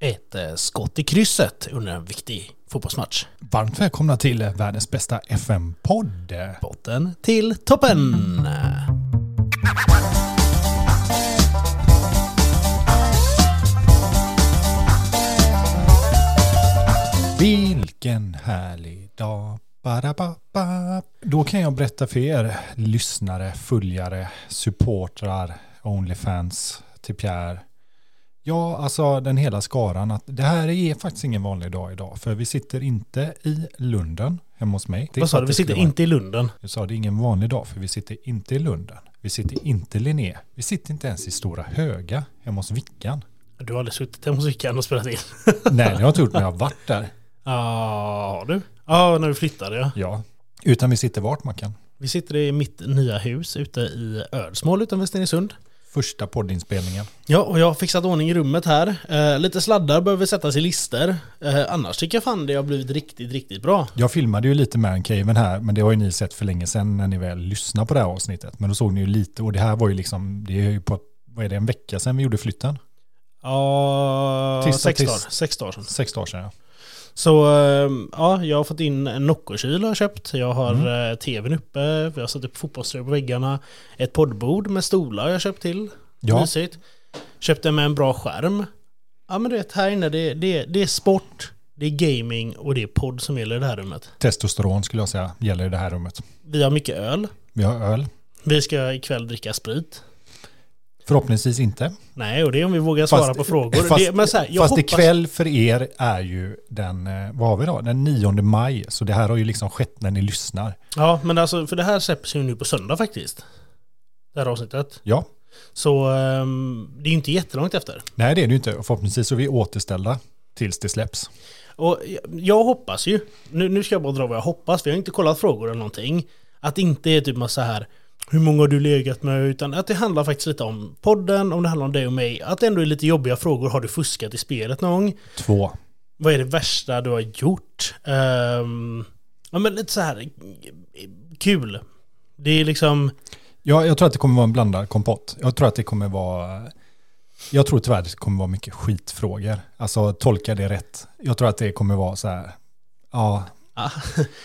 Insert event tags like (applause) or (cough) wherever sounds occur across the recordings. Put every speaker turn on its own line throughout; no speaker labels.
ett eh, skott i krysset under en viktig fotbollsmatch.
Varmt välkomna till världens bästa FM-podd.
Botten till toppen!
Vilken härlig dag. Ba-da-ba-ba. Då kan jag berätta för er lyssnare, följare, supportrar, Onlyfans till Pierre. Ja, alltså den hela skaran att det här är faktiskt ingen vanlig dag idag. För vi sitter inte i Lunden hemma hos mig.
Vad sa du? Vi sitter inte i Lunden.
Jag sa det är ingen vanlig dag för vi sitter inte i Lunden. Vi sitter inte i Linné. Vi sitter inte ens i Stora Höga hemma hos Vickan.
Du har aldrig suttit hemma hos Rickard och spelat in?
Nej, det har jag inte gjort men jag har varit där.
Ja, har du? Ja, när du flyttade ja.
Ja. Utan vi sitter vart Mackan?
Vi sitter i mitt nya hus ute i Ödsmål utanför Stenungsund.
Första poddinspelningen.
Ja, och jag har fixat ordning i rummet här. Eh, lite sladdar behöver sättas i lister. Eh, annars tycker jag fan det har blivit riktigt, riktigt bra.
Jag filmade ju lite Mancaven här, men det har ju ni sett för länge sedan när ni väl lyssnade på det här avsnittet. Men då såg ni ju lite, och det här var ju liksom, det är ju på, vad är det, en vecka sedan vi gjorde flytten?
Ja,
Tisdag,
sex
tis-
dagar. Sex dagar sedan.
Sex dagar sedan ja.
Så eh, ja, jag har fått in en Nocco-kyl har jag köpt. Jag har
Mm.
eh, tvn uppe, jag har satt upp fotbollströjor på väggarna. Ett poddbord med stolar har jag köpt till.
Ja.
Mysigt. Köpte med en bra skärm. Ja men du vet, här inne det, det, det är sport, det är gaming och det är podd som gäller i det här rummet.
Testosteron skulle jag säga gäller i det här rummet.
Vi har mycket öl.
Vi har öl,
Vi ska ikväll dricka sprit.
förhoppningsvis inte.
Nej, och det är om vi vågar svara på frågor.
Fast,
det, men så här, jag
fast
hoppas...
ikväll för er är ju den, eh, vad har vi då? Den 9 maj, så det här har ju liksom skett när ni lyssnar.
Ja, men alltså för det här släpps ju nu på söndag faktiskt. Det här avsnittet.
Ja,
Så ehm, det är ju inte jättelångt efter.
nej det är det ju inte. Och Förhoppningsvis så är vi återställda tills det släpps.
Och jag- jag hoppas ju, nu, nu ska jag bara dra vad jag hoppas, för jag har inte kollat frågor eller någonting, att det inte är typ massa här hur många har du legat med? Utan att det handlar faktiskt lite om podden, om det handlar om dig och mig. Att det ändå är lite jobbiga frågor. Har du fuskat i spelet någon gång?
Två.
Vad är det värsta du har gjort? Ehm, ja men lite så här kul. Det är liksom,
Ja, jag tror att det kommer vara en blandad kompott. Jag tror att det kommer vara... Jag tror tyvärr att det kommer vara mycket skitfrågor. Alltså tolka det rätt. Jag tror att det kommer vara så här... Ja.
Ah.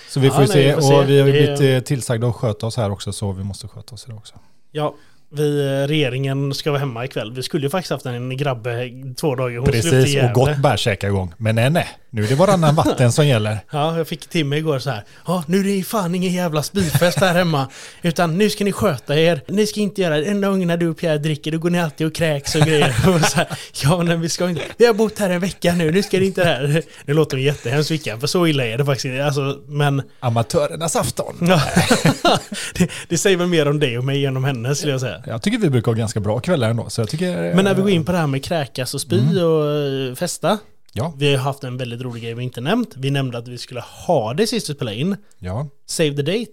Så vi
Ja,
får ju
nej, vi
se.
får se.
Och vi har ju
Det-
blivit eh, tillsagda att sköta oss här också, så vi måste sköta oss idag också.
ja, vi, eh, regeringen ska vara hemma ikväll. Vi skulle ju faktiskt haft en grabbe två dagar. Hon skulle upp till
Precis, och
Gävle.
gott bär igång. Men nej, nej. Nu är det varannan vatten som gäller.
Ja, jag fick Timmy igår så här. Ja, nu är det fan ingen jävla spyfest här hemma. Utan nu ska ni sköta er. Ni ska inte göra det. Enda gången när du och Pierre dricker, då går ni alltid och kräks och grejer. (laughs) Och så här, ja, men vi ska inte. Vi har bott här en vecka nu. Nu ska det inte det här. Nu låter det jättehemskt Vickan, för så illa är det faktiskt inte. Alltså, men...
Amatörernas afton.
Ja. (laughs) det, det säger väl mer om dig och mig än om henne, skulle jag säga.
Jag tycker vi brukar ha ganska bra kvällar ändå, så jag tycker...
Men när vi går in på det här med kräkas och spy och eh, festa.
Ja,
Vi har ju haft en väldigt rolig grej vi inte nämnt. Vi nämnde att vi skulle ha det sist vi spelade in.
ja.
Save the date.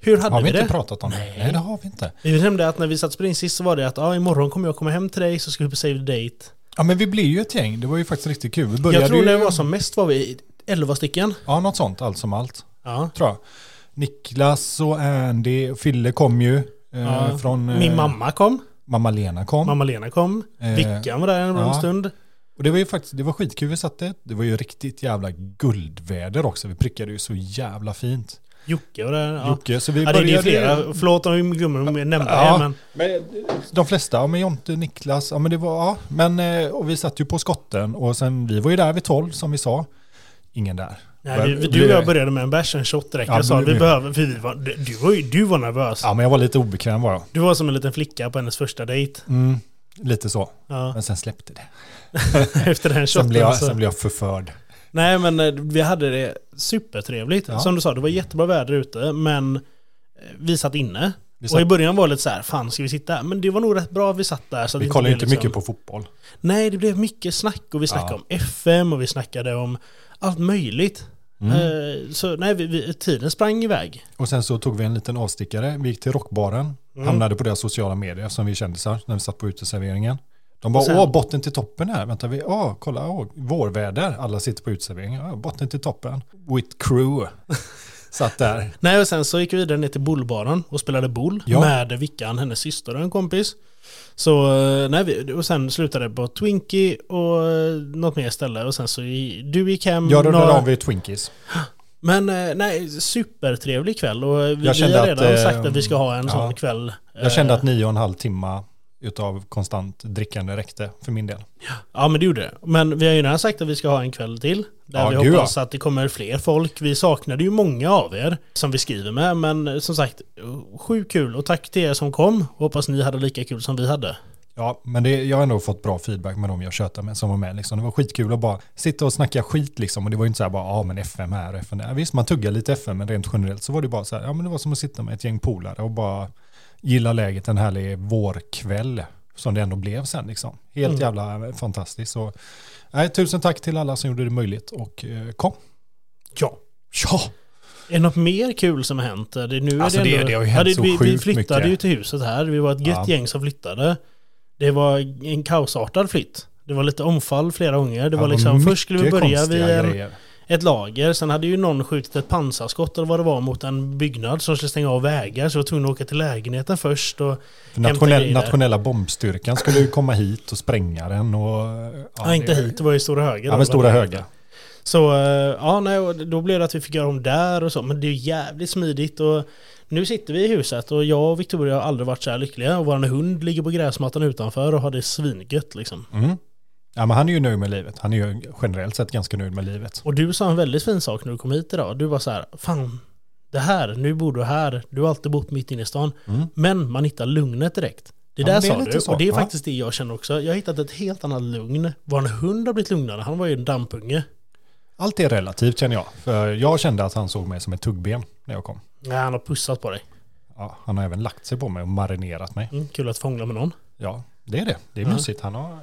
Hur hade
Har
vi,
vi inte
det?
pratat om det? Nej, det har vi inte.
Vi nämnde att när vi satt och spelade in sist så var det att ah, imorgon kommer jag komma hem till dig så ska vi på save the date.
Ja, men vi blir ju ett gäng. Det var ju faktiskt riktigt kul. Vi började
jag tror
ju...
när det var som mest var vi 11 stycken.
Ja, något sånt, allt som allt.
Ja.
Tror jag. Niklas och Andy, och Fille kom ju. Eh,
Ja.
Från, eh,
Min mamma kom,
mamma Lena kom.
mamma Lena kom,
Eh,
Vickan var där en lång
ja.
stund.
Och det var ju faktiskt, det var skitkul vi satte. Det var ju riktigt jävla guldväder också. Vi prickade ju så jävla fint.
Jocke var där. Ja.
Jocke, så vi
Ja, det är
började...
det flera. Förlåt om vi glömmer att nämna
Ja.
det, men
Men de flesta, ja men Jonte, Niklas, ja men det var, ja. Men eh, och vi satt ju på skotten och sen, vi var ju där vid 12 som vi sa. Ingen där.
nej, vi, vi, du och jag började med en bärs, en shot direkt.
Ja,
jag sa
men-
vi behöver, för vi var, du, du, var, ju- du var nervös.
Ja men jag var lite obekväm var jag.
Du var som en liten flicka på hennes första dejt.
Mm, lite så.
Ja.
(laughs) Men sen släppte det.
Efter den
Sen
shotten.
blev jag,
så-
sen blev jag förförd.
Nej men eh, vi hade det supertrevligt.
Ja.
Som du sa, det var jättebra väder ute men eh, vi satt inne.
Vi
Och i
satt-
början var det lite så här, fan ska vi sitta här? Men det var nog rätt bra vi satt där. Så att
Vi
det
kollar ju
blev liksom-
inte mycket på fotboll.
Nej, det blev mycket snack och vi snackade
Ja.
om FM och vi snackade om allt möjligt.
Mm.
Eh, Så nej, vi, vi, tiden sprang iväg.
Och sen så tog vi en liten avstickare. Vi gick till rockbaren.
Mm.
Hamnade på deras sociala medier som vi kändisar när vi satt på uteserveringen. De bara,
Och sen-
åh, botten till toppen här. Vänta, vi, åh,
(laughs)
kolla, åh, vårväder. Alla sitter på uteserveringen. Åh, botten till toppen. With crew. Satt där.
Nej, och sen så gick vi vidare ner till bullbaren och spelade boll
Ja.
med Vickan, hennes syster och en kompis. Så, eh, nej, vi, och sen slutade det på Twinkie och eh, något mer ställe och sen så i- du gick hem.
Jag rundade
några-
av vid Twinkies.
Men eh, nej, supertrevlig kväll och vi,
Jag
vi
kände
har
att,
redan
eh,
sagt att vi ska ha en
ja.
sån kväll. eh,
Jag kände att nio och en halv timma utav konstant drickande räckte för min del.
Ja men det gjorde det. Men vi har ju redan sagt att vi ska ha en kväll till. Där
Ja,
vi
gud,
hoppas att det kommer fler folk. Vi saknade ju många av er som vi skriver med. Men eh, som sagt, sjukt kul och tack till er som kom. Hoppas ni hade lika kul som vi hade.
Ja, men det, jag har ändå fått bra feedback med de jag tjötar med som var med. Liksom. Det var skitkul att bara sitta och snacka skit liksom. Och det var ju inte så här bara, ja ah, men FM här och FM där. Visst, man tuggar lite FM, men rent generellt så var det bara så här, ja men det var som att sitta med ett gäng polare och bara gilla läget en härlig vårkväll som det ändå blev sen liksom.
Mm.
Helt jävla fantastiskt. Så, nej, tusen tack till alla som gjorde det möjligt och eh, kom.
Ja.
Ja,
Är det något mer kul som har hänt? Det, nu är
Alltså,
det,
det-
ändå,
det har ju hänt
det-
så
vi, vi
sjukt
flyttade
mycket.
ju till huset här. Vi var ett gött
Ja.
gäng som flyttade. Det var en kaosartad flytt. Det var lite omfall flera gånger. Det var liksom, först skulle vi
mycket
börja vid
konstiga
en,
grejer.
ett lager. Sen hade ju någon skjutit ett pansarskott eller vad det var mot en byggnad som skulle stänga av vägar. Så jag var tvungen att åka till lägenheten först. Och,
För
hämta
Nationell,
grejer.
nationella bombstyrkan skulle ju komma hit och spränga den. Och,
ja,
det-
inte hit, det var ju Stora Höger.
Ja, men stora höga.
Så eh, ja, nej, och då blev det att vi fick göra om där och så. Men det är ju jävligt smidigt. Och nu sitter vi i huset och jag och Victoria har aldrig varit så här lyckliga. Och vår hund ligger på gräsmattan utanför och har det svingött liksom.
Mm. Ja, men han är ju nöjd med livet. Han är ju generellt sett ganska nöjd med livet.
Och du sa en väldigt fin sak när du kom hit idag. Du var så här, fan, det här, nu bor du här, du har alltid bott mitt inne i stan.
Mm.
Men man hittar lugnet direkt. Det
Ja,
där
men det är
sa
lite
du,
så.
och det är
Ja.
faktiskt det jag känner också. Jag har hittat ett helt annat lugn. Vår hund har blivit lugnare, han var ju en dampunge.
Allt är relativt känner jag. För jag kände att han såg mig som ett tuggben när jag kom.
Ja, han har pussat på dig.
Ja, han har även lagt sig på mig och marinerat mig.
Mm, kul att fångla med någon.
Ja, det är det. Det är
Ja.
mysigt. Han har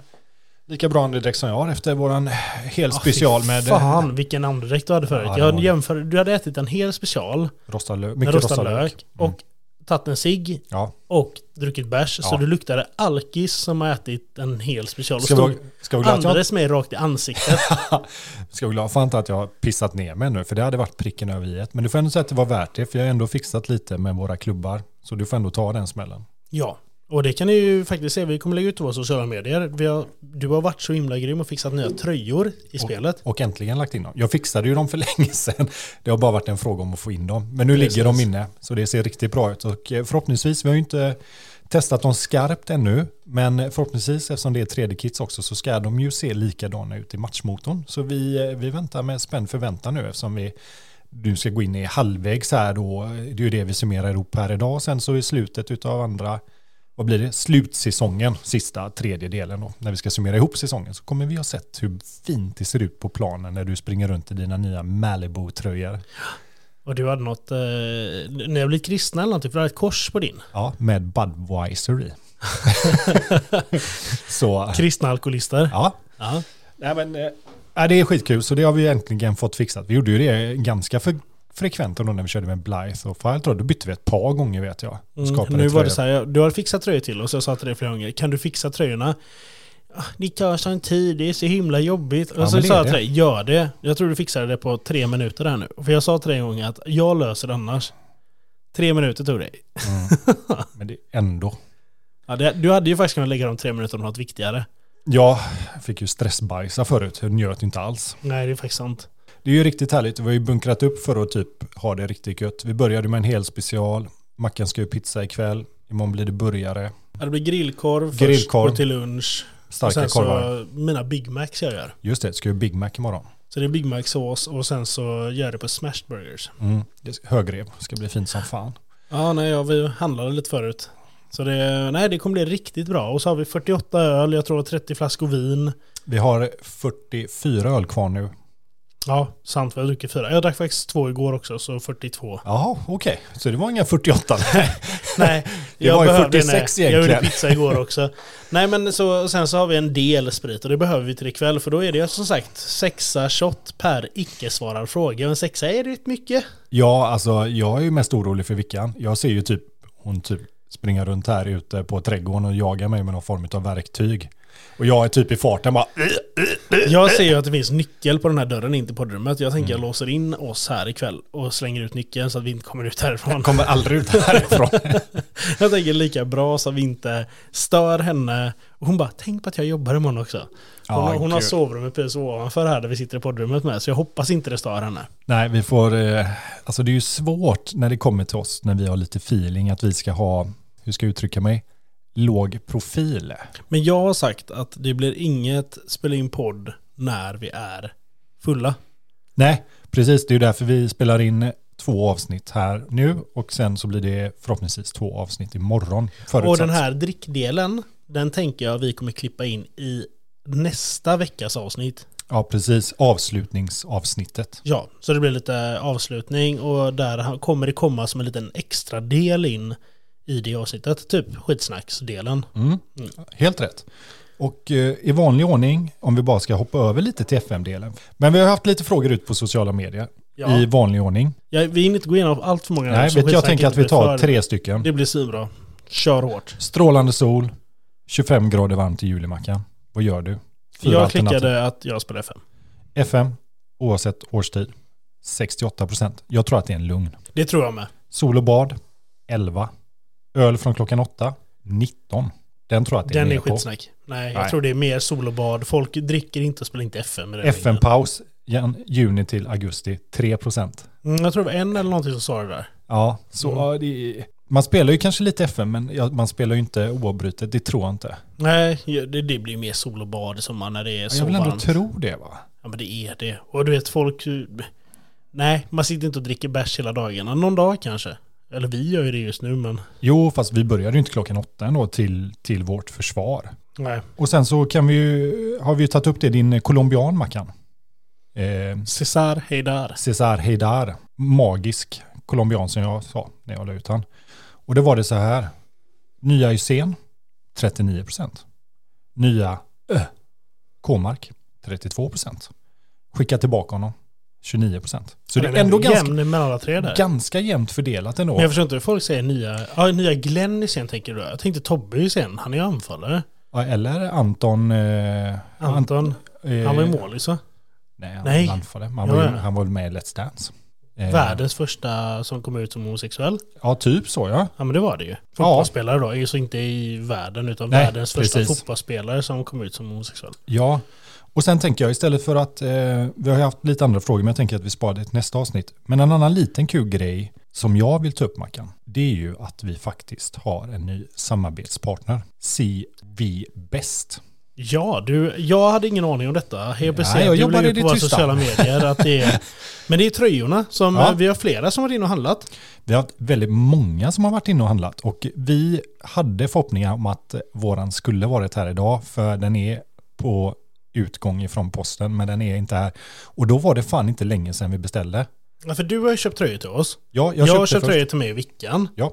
lika bra andedräkt som jag har efter våran hel Ah, special med eh,
Fan vilken andedräkt du hade förut.
Ja, det var
jag
det.
jämför, du hade ätit en hel special
rostad lö-
med
mycket
rostad
rostad
lök
lök. Mm.
och tagit en cigg
Ja.
och druckit bärs. Så
Ja.
du luktade alkis som har ätit en hel special. Och
Ska vi,
stod,
ska vi glad att jag
andades mig rakt i ansiktet. (laughs)
Ska vara glad för inte att jag har pissat ner mig nu, för det hade varit pricken över i ett. Men du får ändå säga att det var värt det, för jag har ändå fixat lite med våra klubbar. Så du får ändå ta den smällen.
ja. Och det kan ni ju faktiskt se, vi kommer lägga ut på våra sociala medier. Vi har, du har varit så himla grym och fixat nya tröjor i spelet.
Och äntligen lagt in dem. Jag fixade ju dem för (laughs) länge sedan. Det har bara varit en fråga om att få in dem. Men nu
Precis.
ligger de inne, så det ser riktigt bra ut. Och eh, förhoppningsvis, vi har ju inte testat dem skarpt ännu, men förhoppningsvis eftersom det är 3D-kits också så ska de ju se likadana ut i matchmotorn. Så vi, eh, vi väntar med spänd förväntan nu eftersom vi du ska gå in i halvvägs här då. Det är ju det vi summerar ihop här idag. Sen så i slutet av andra, vad blir det? Slutsäsongen, sista tredje delen då. När vi ska summera ihop säsongen så kommer vi ha sett hur fint det ser ut på planen när du springer runt i dina nya Malibu-tröjor.
Och du hade något, eh, ni har blivit kristna eller någonting, för du hade ett kors på din.
Ja, med Budweiser i. (laughs) så,
Kristna alkoholister.
ja.
Ja.
Nej, men, eh, ja, det är skitkul, så det har vi äntligen fått fixat. Vi gjorde ju det ganska för frekvent då när vi körde med Blythe och File. Då bytte vi ett par gånger vet jag. och
Mm,
skapade
nu var det
tröjor.
så här, jag- du har fixat tröjor till och så jag sa till dig flera gånger, kan du fixa tröjorna? "Ah, Det tar sån tid, det är så himla jobbigt. Och
Ja,
så
men det
sa
är
jag till
det.
dig, gör det. Jag tror du fixade det på tre minuter här nu. För jag sa till dig en gång att jag löser det annars. Tre minuter tog det.
Men det ändå.
Ja, det. Du hade ju faktiskt kunnat lägga de tre minuterna på något viktigare.
Jag fick ju stressbajsa förut, jag njöt inte alls.
Nej, det är faktiskt sant.
Det är ju riktigt härligt, vi har ju bunkrat upp för att typ ha det riktigt gött. Vi började med en hel special, Mackan ska ju pizza ikväll, imorgon blir det burgare,
Ja, Det blir grillkorv,
Grillkorv.
först och till lunch. Och
starka
sen
korvar.
så mina Big Macs jag gör.
Just det, ska ju Big Mac imorgon.
Så det är Big Mac-sås och sen så gör jag det på smashed burgers.
Mm. det ska- Högrev, ska bli fint som fan.
Ja, nej, ja, vi handlade lite förut. Så det, nej, det kommer bli riktigt bra. Och så har vi 48 öl, jag tror 30 flaskor vin.
Vi har 44 öl kvar nu.
Ja, sant vi har druckit fyra. Jag drack faktiskt två igår också, så
(laughs)
42.
Jaha, okej. Så det var inga 48.
Nej,
Det var ju
behövde
46
en- eh, Jag gjorde
egentligen.
pizza
(laughs)
igår också. Nej, men så, och sen så har vi en del sprit och det behöver vi till ikväll. För då är det ju som sagt sexa shot per icke-svarad fråga. Och en sexa är rätt mycket.
(laughs) Ja, alltså jag är ju mest orolig för Vickan. Jag ser ju typ, hon typ springer runt här ute på trädgården och jagar mig med någon form av verktyg. Och jag är typ i farten bara... "Ugh."
Jag ser ju att det finns nyckel på den här dörren in till poddrummet. Jag tänker jag
Mm.
låser in oss här ikväll och slänger ut nyckeln så att vi inte kommer ut härifrån.
Kommer aldrig ut härifrån.
Jag tänker lika bra så att vi inte stör henne. Och hon bara, tänk på att jag jobbar imorgon också. Hon,
Ja,
har, hon har
gud.
sovrummet precis ovanför här där vi sitter i poddrummet med. Så jag hoppas inte det stör henne.
Nej, vi får... eh, Alltså det är ju svårt när det kommer till oss, när vi har lite feeling, att vi ska ha, hur ska jag uttrycka mig, låg profil.
Men jag har sagt att det blir inget spela in podd när vi är fulla.
Nej, precis. Det är ju därför vi spelar in två avsnitt här nu och sen så blir det förhoppningsvis två avsnitt imorgon. Förutsatt.
Och den här drickdelen, den tänker jag vi kommer klippa in i nästa veckas avsnitt.
Ja, precis. Avslutningsavsnittet.
Ja, så det blir lite avslutning och där kommer det komma som en liten extra del in i det avsnittet, typ skitsnacksdelen.
Helt rätt. Och eh, i vanlig ordning, om vi bara ska hoppa över lite till FM-delen. Men vi har haft lite frågor ut på sociala medier.
Ja.
I vanlig ordning.
Ja, vi hinner inte gå igenom allt för många.
Nej,
så
vet, jag
skitsnack
tänker
inte
att vi
blir för-
tar tre stycken.
Det blir svinbra. Kör hårt.
Strålande sol, 25 grader varmt i julimackan. Vad gör du? Fyra
jag
alternativ.
klickade att jag spelar FM.
FM, oavsett årstid, 68 procent. Jag tror att det är en lugn.
Det tror jag med.
Sol och bad, 11. Öl från klockan 8, 19. Den tror jag att det
Den
är
är
med på.
skitsnack. Nej, jag
Nej.
tror det är mer sol och bad. Folk dricker inte och spelar inte FM. i den linjen.
FN-paus, jan- juni till augusti, 3 procent.
Mm, jag tror det var en eller någonting som sa det där.
Ja, så
Mm.
ja, det, man spelar ju kanske lite FN, men ja, man spelar ju inte oavbrutet. Det tror jag inte.
Nej, det, det blir mer sol och bad i sommar när det är så
jag vill ändå
varmt.
tro det va?
Ja, men det är det. Och du vet, folk... Nej, man sitter inte och dricker bärs hela dagarna. Någon dag kanske. Eller vi gör ju det just nu, men...
Jo, fast vi började ju inte klockan 8 ändå till, till vårt försvar.
Nej.
Och sen så kan vi ju, har vi ju tagit upp det, din colombian Mackan. Eh,
Cesar, hej där.
Cesar Heydar, magisk colombian som jag sa när jag la ut han. Och det var det så här, nya Hysén 39 procent. Nya Ö, K-mark 32 procent. Skicka tillbaka honom 29 procent. Så det är ändå ganska,
Jämn mellan alla tre där.
ganska jämnt fördelat ändå.
Men jag förstår inte hur folk säger nya... Ja, nya Glenn i sen tänker du. Jag tänkte Tobbe i sen. Han är ju anfallare.
Ja, Eller Anton... Eh,
Anton.
Ant- eh,
Han var ju liksom. målis va?
Nej, han,
Nej.
Han, för det. han,
Ja,
var ju,
ja.
han var väl med i Let's Dance. Eh,
Världens första som kom ut som homosexuell.
Ja, typ så ja.
Ja men det var det ju. Fotbollsspelare då, är ju så inte i världen utan
Nej,
världens första
precis.
fotbollsspelare som kom ut som homosexuell.
Ja, och sen tänker jag istället för att eh, vi har ju haft lite andra frågor, men jag tänker att vi sparar det till nästa avsnitt. Men en annan liten kul grej som jag vill ta upp, Mackan, det är ju att vi faktiskt har en ny samarbetspartner, CV Best.
Ja, du, jag hade ingen aning om detta. HBC,
Nej, jag
du
jobbar
lägger
i
ut
det
på våra
tysta.
sociala medier att det
(laughs)
är... Men det är tröjorna som...
Ja.
Vi har flera som varit inne och handlat.
Vi har haft väldigt många som har varit inne och handlat och vi hade förhoppningar om att våran skulle varit här idag, för den är på utgång ifrån posten, men den är inte här. Och då var det fan inte länge sedan vi beställde.
Ja, för du har ju köpt tröjor till oss.
Ja, jag,
Jag,
köpte
har köpt
först.
tröjor till mig i Vickan.
Ja,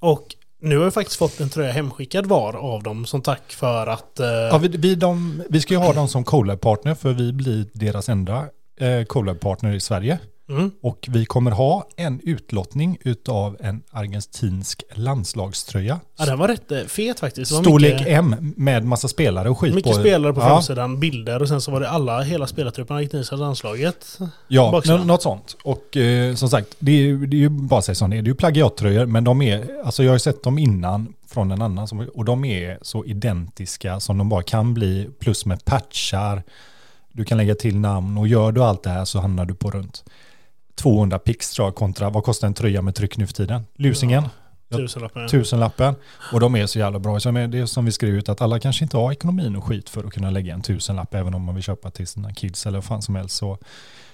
Och nu har jag faktiskt fått en tröja hemskickad var av dem som tack för att... eh,
Ja, vi, vi, de, vi ska ju ha dem som collab-partner för vi blir deras enda eh, collab-partner i Sverige.
Mm.
Och vi kommer ha en utlottning utav en argentinsk landslagströja.
Ja, den var rätt eh, fet faktiskt. Det var
Storlek
mycket,
M med massa spelare och skit
mycket
på.
spelare på
Ja,
framsidan, bilder och sen så var det alla, hela spelartruppen argentinska landslaget.
Ja,
baksidan.
nå- något sånt. Och eh, som sagt, det är, ju- det är ju bara att säga som det är. Det är ju plagiattröjor, men de är, alltså jag har ju sett dem innan från en annan som, och de är så identiska som de bara kan bli, plus med patchar. Du kan lägga till namn och gör du allt det här så hamnar du på runt 200 pix tror jag, kontra vad kostar en tröja med tryck nu för tiden? Lusingen, Ja,
Tusenlappar.
tusenlappen. Och de är så jävla bra. Som är- Det är som vi skrev ut att alla kanske inte har ekonomin och skit för att kunna lägga en tusenlapp även om man vill köpa till sina kids eller vad fan som helst. Så,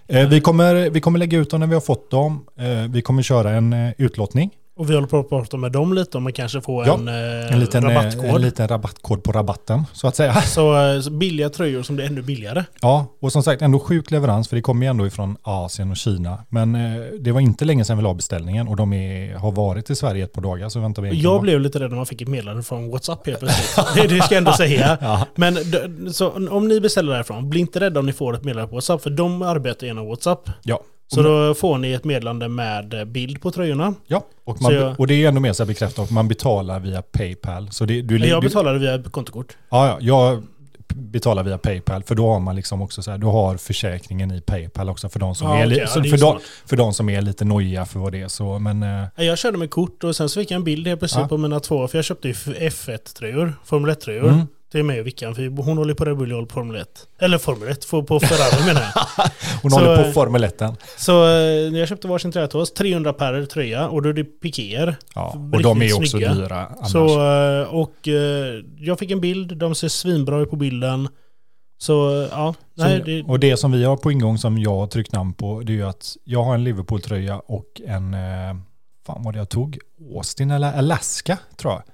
eh, vi, kommer, vi kommer lägga ut dem när vi har fått dem. Eh, vi kommer köra en eh, utlottning.
Och vi håller på att prata med dem lite om man kanske får
Ja,
en, eh,
En liten, eh,
rabattkod.
en liten rabattkod på rabatten så att säga. (laughs)
Så, eh, så billiga tröjor som blir ännu billigare.
Ja, och som sagt ändå sjuk leverans för det kommer ju ändå ifrån Asien och Kina. Men eh, det var inte länge sedan vi la beställningen och de är, har varit i Sverige ett par dagar så väntar vi
Och
egentligen bara-
Jag blev lite rädd när man fick ett meddelande från WhatsApp helt plötsligt. (laughs) det, det ska jag ändå säga.
Ja.
Men d- så, om ni beställer därifrån, bli inte rädda om ni får ett meddelande på WhatsApp, för de arbetar genom WhatsApp.
Ja.
Så då får ni ett meddelande med eh, bild på tröjorna.
Ja, och,
Så
man,
jag-
och det är ännu mer så här bekräftat, man betalar via Paypal. Så det, du,
Jag
du,
betalade via kontokort.
Ja, ja, jag, betala via Paypal, för då har man liksom också så här, du har försäkringen i Paypal också för de som,
Ja,
är, li-
okej, ja,
så,
det är
för
ju
de,
smart.
för de som är lite nojiga för vad det är så. Men, eh,
Nej, Jag körde med kort och sen så fick jag en bild helt plötsligt
Ja.
på mina två, för jag köpte ju F1-tröjor, Formel 1-tröjor.
mm.
till mig och Vickan, för hon håller på Red Bull, jag håller på Formel 1. Eller Formel 1, för- på Ferrari menar
(laughs)
jag.
Hon
Så,
håller på
eh,
Formel 1.
Så eh, jag köpte varsin tröja till oss, 300 per tröja och då är det pikéer.
Ja, och
riktigt
de är ju också
snygga.
dyra annars.
Så, eh, och eh, jag fick en bild, de ser svinbra ut på bilden. Så eh, ja,
Så-
nej, det,
Och det som vi har på ingång som jag har tryckt namn på det är ju att jag har en Liverpool-tröja och en, eh, fan vad det jag tog, Austin eller Alaska tror jag. Alltså,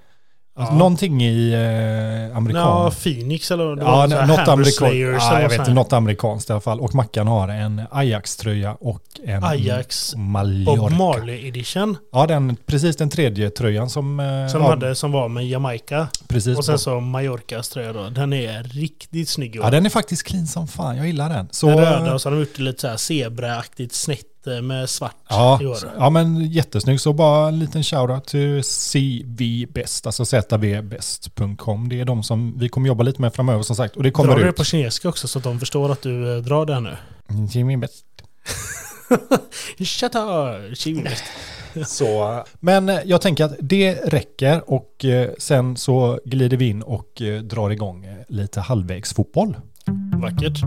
Ja.
Någonting i eh, amerikan.
ja, Phoenix eller det
Ja,
var så här
något,
Hammer
amerikan
Slayers
ja,
eller så
jag
här.
vet, inte, något amerikanskt i alla fall. Och Mackan har en Ajax-tröja och en
Ajax Bob
Mallorca.
Marley edition
Ja, den, precis den tredje tröjan som... eh,
som,
ja,
hade, som var med Jamaica.
precis
Och sen så Mallorcas tröja då. Den är riktigt snygg. i år.
Ja, den är faktiskt clean som fan. Jag gillar den. Så,
Den röda och så har de gjort det lite så här zebraaktigt snett eh, med svart
Ja,
i år.
ja, men jättesnygg. Så bara en liten shoutout till CVBest, alltså zvbest.com. Det är de som vi kommer jobba lite med framöver som sagt. Och det
Drar
kommer
du det
ut.
på kinesiska också så att de förstår att du eh, drar det nu?
Jimmy Best.
Chatta! Kinest.
Så. Men eh, jag tänker att det räcker och eh, sen så glider vi in och eh, drar igång eh, lite halvvägs fotboll.
Vackert.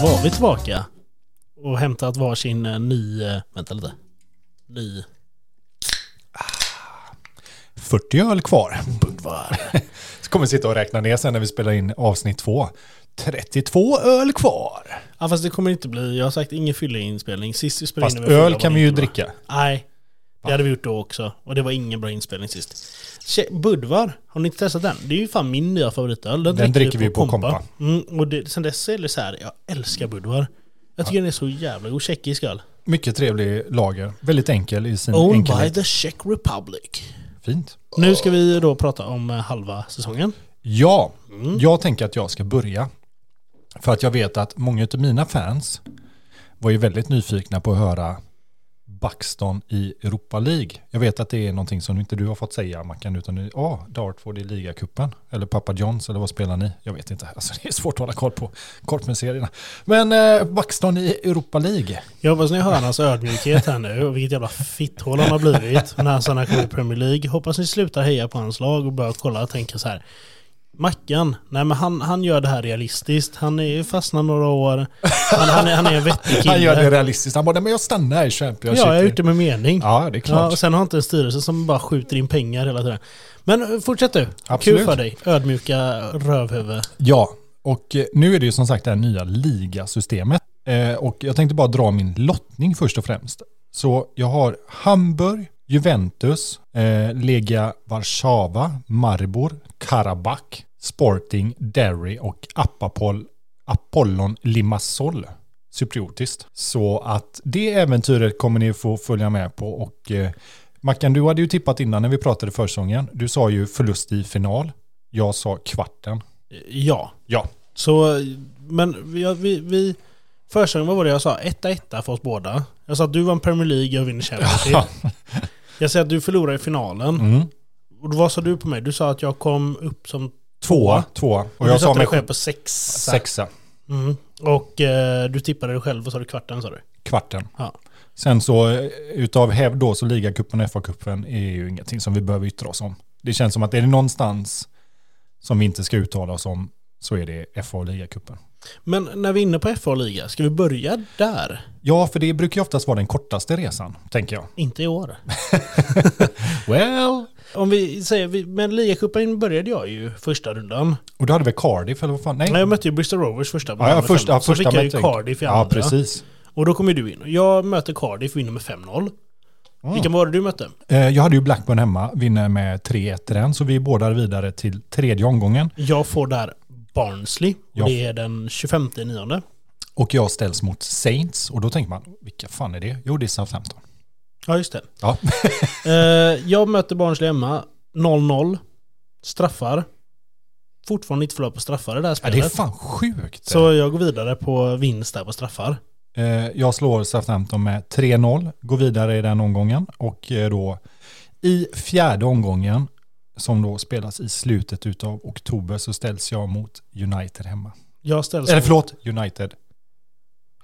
Då var vi tillbaka och hämtat varsin eh, ny... eh, Vänta lite. Ny...
40 öl kvar.
Budvar.
(laughs) Så kommer vi sitta och räkna ner sen när vi spelar in avsnitt två. 32 öl kvar.
Ja fast det kommer inte bli... Jag har sagt ingen fyllig-inspelning. Sist vi spelade
Fast
in när vi var fulla
öl
var
kan
det
vi ju
inte bra.
dricka.
Nej, det hade vi gjort då också. Och det var ingen bra inspelning sist. Che- Budvar, har ni inte testat den? Det är ju fan min nya favoritöl. Den,
Den dricker vi på Kompa.
Mm, och det, sen dess är det så här, jag älskar Budvar. Jag tycker den är så jävla god. Tjeckisk öl.
Mycket trevlig lager. Väldigt enkel i sin
Owned by
Mm, enkelhet.
the Czech Republic.
Fint.
Nu ska vi då prata om eh, halva säsongen.
Ja, jag tänker att jag ska börja. För att jag vet att många av mina fans var ju väldigt nyfikna på att höra Buxton i Europa League. Jag vet att det är någonting som inte du har fått säga Mackan, utan du, ja, Dartford i ligacupen. Eller Papa Johns, eller vad spelar ni? Jag vet inte, alltså det är svårt att hålla koll på kortmuseerna. Men eh, Buxton i Europa League.
Jag hoppas ni hör hans ödmjukhet här nu och vilket jävla fitthål han har blivit när han sen har kommit i Premier League. Hoppas ni slutar heja på hans lag och börjar kolla och tänka så här. Mackan, nej men han, han gör det här realistiskt. Han är fastnar några år. Han, han, är, han är en vettig
(laughs) Han gör det
kille.
realistiskt, han bara, "Nej, men jag stannar i Championship.
Ja, jag är ute med mening.
Ja, det är
Ja,
klart.
och sen har han inte en styrelse som bara skjuter in pengar hela tiden. Men eh, fortsätt du.
Absolut.
Kul för dig, ödmjuka rövhuvud.
Ja, och eh, nu är det ju som sagt det här nya ligasystemet. Eh, och jag tänkte bara dra min lottning först och främst. Så jag har Hamburg, Juventus, eh, Lega Warszawa, Maribor, Karabach, Sporting, Derry och Apapol, Apollon Limassol. Cypriotiskt. Så att det äventyret kommer ni få följa med på. Och eh, Mackan, du hade ju tippat innan när vi pratade försången. Du sa ju förlust i final. Jag sa kvarten.
Ja.
Ja,
Så, men vi, vi, vi försäsongen, vad var det jag sa? Etta, etta för oss båda. Jag sa att du vann Premier League, jag vinner Championship. jag säger att du förlorade i finalen.
Mm.
Och vad sa du på mig? Du sa att jag kom upp som...
Tvåa. Tvåa. Och
Och du
jag sa
satte dig
mig
själv
själv
på sex.
sexa.
Mm. Och eh, du tippade dig själv, vad sa du? Kvarten sa du?
Kvarten.
Ja.
Sen så eh, utav hävd då så ligacupen och FA-cupen är ju ingenting som vi behöver yttra oss om. Det känns som att är det någonstans som vi inte ska uttala oss om så är det FA och ligacupen.
Men när vi är inne på FA och liga, ska vi börja där?
Ja, för det brukar ju oftast vara den kortaste resan, tänker jag.
Inte i år.
Well.
Om vi säger, vi, men ligacupen började jag ju första rundan.
Och då hade vi Cardiff eller vad fan? Nej.
Nej, Jag mötte ju Bristol Rovers första
Mm. ja, ja,
med
första,
fem.
ja,
Så
första
fick jag ju
mötet.
Cardiff i
Ja,
andra.
precis.
Och då kommer du in. Jag möter Cardiff, vinner med 5-0.
Ah.
Vilka var det du mötte?
Eh, Jag hade ju Blackburn hemma, vinner med 3-1 i den, så vi båda är vidare till tredje omgången.
Jag får där Barnsley.
Ja.
Och Det är den 25 nionde.
Och jag ställs mot Saints och då tänker man, vilka fan är det? Jo, det är Southampton.
Ja, just det.
Ja,
Eh, jag möter Barnsley hemma. 0-0. Straffar. Fortfarande inte förlorat på straffar i det här (laughs)
ja det är
spelet.
fan sjukt.
så jag går vidare på vinst där på straffar.
Eh, Jag slår Southampton med 3-0, går vidare i den omgången och eh, då i fjärde omgången som då spelas i slutet utav oktober så ställs jag mot United hemma.
Jag ställs
Eller förlåt, United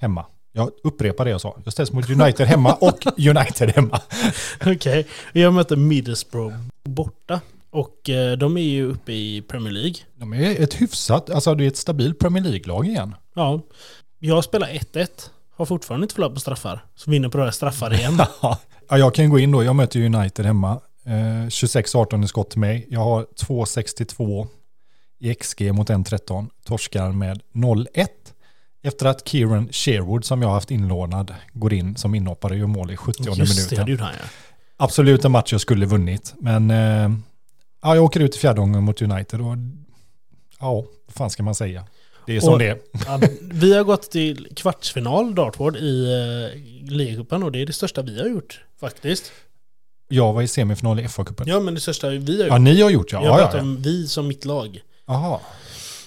hemma. Jag upprepar det jag sa. Jag ställs mot United hemma och United hemma.
(laughs) Okej, jag möter Middlesbrough borta. Och eh, de är ju uppe i Premier League.
De är ett hyfsat, alltså det är ett stabilt Premier League-lag igen.
Ja, jag spelar 1-1. Har fortfarande inte förlorat på straffar. Så vinner på det här straffar
(laughs)
igen.
Ja, jag kan gå in då. Jag möter United hemma. Eh, 26-18 i skott till mig. Jag har 2,62 i XG mot 1,13. Torskar med 0-1. Efter att Kieran Sherwood, som jag har haft inlånad, går in som inhoppare och gör mål i 70
Just det, det
minuten.
gjorde han ja.
Absolut en match jag skulle vunnit, men eh, ja, jag åker ut i fjärde gången mot United och ja, vad fan ska man säga? Det är som
Och-
det är.
Ja, Vi har gått till kvartsfinal, Dartford, i eh, ligacupen och det är det största vi har gjort faktiskt.
Jag var i semifinal i FA-cupen. Ja.
Ja, men det största vi har gjort.
ni har gjort ja.
Jag
ja,
pratar
ja, ja.
om vi som mitt lag.
Aha.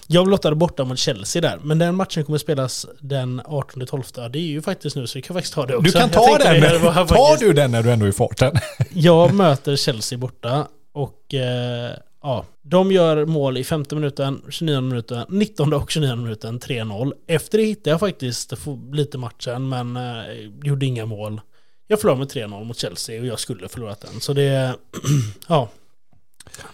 Jag blottade borta mot Chelsea där, men den matchen kommer spelas den 18-12. Ja, det är ju faktiskt nu, så vi kan faktiskt ta det också.
Du kan
Jag
ta
tänkte
den.
det var
Tar
faktiskt-
du den när du ändå är i farten? (laughs)
Jag möter Chelsea borta och eh, ja, de gör mål i 50 minuten, 29 minuten, 19 och 29 minuten, 3-0. Efter det hittade jag faktiskt fo- lite matchen men eh, gjorde inga mål. Jag förlorade med 3-0 mot Chelsea och jag skulle förlorat den. Så det, (clears throat) ja,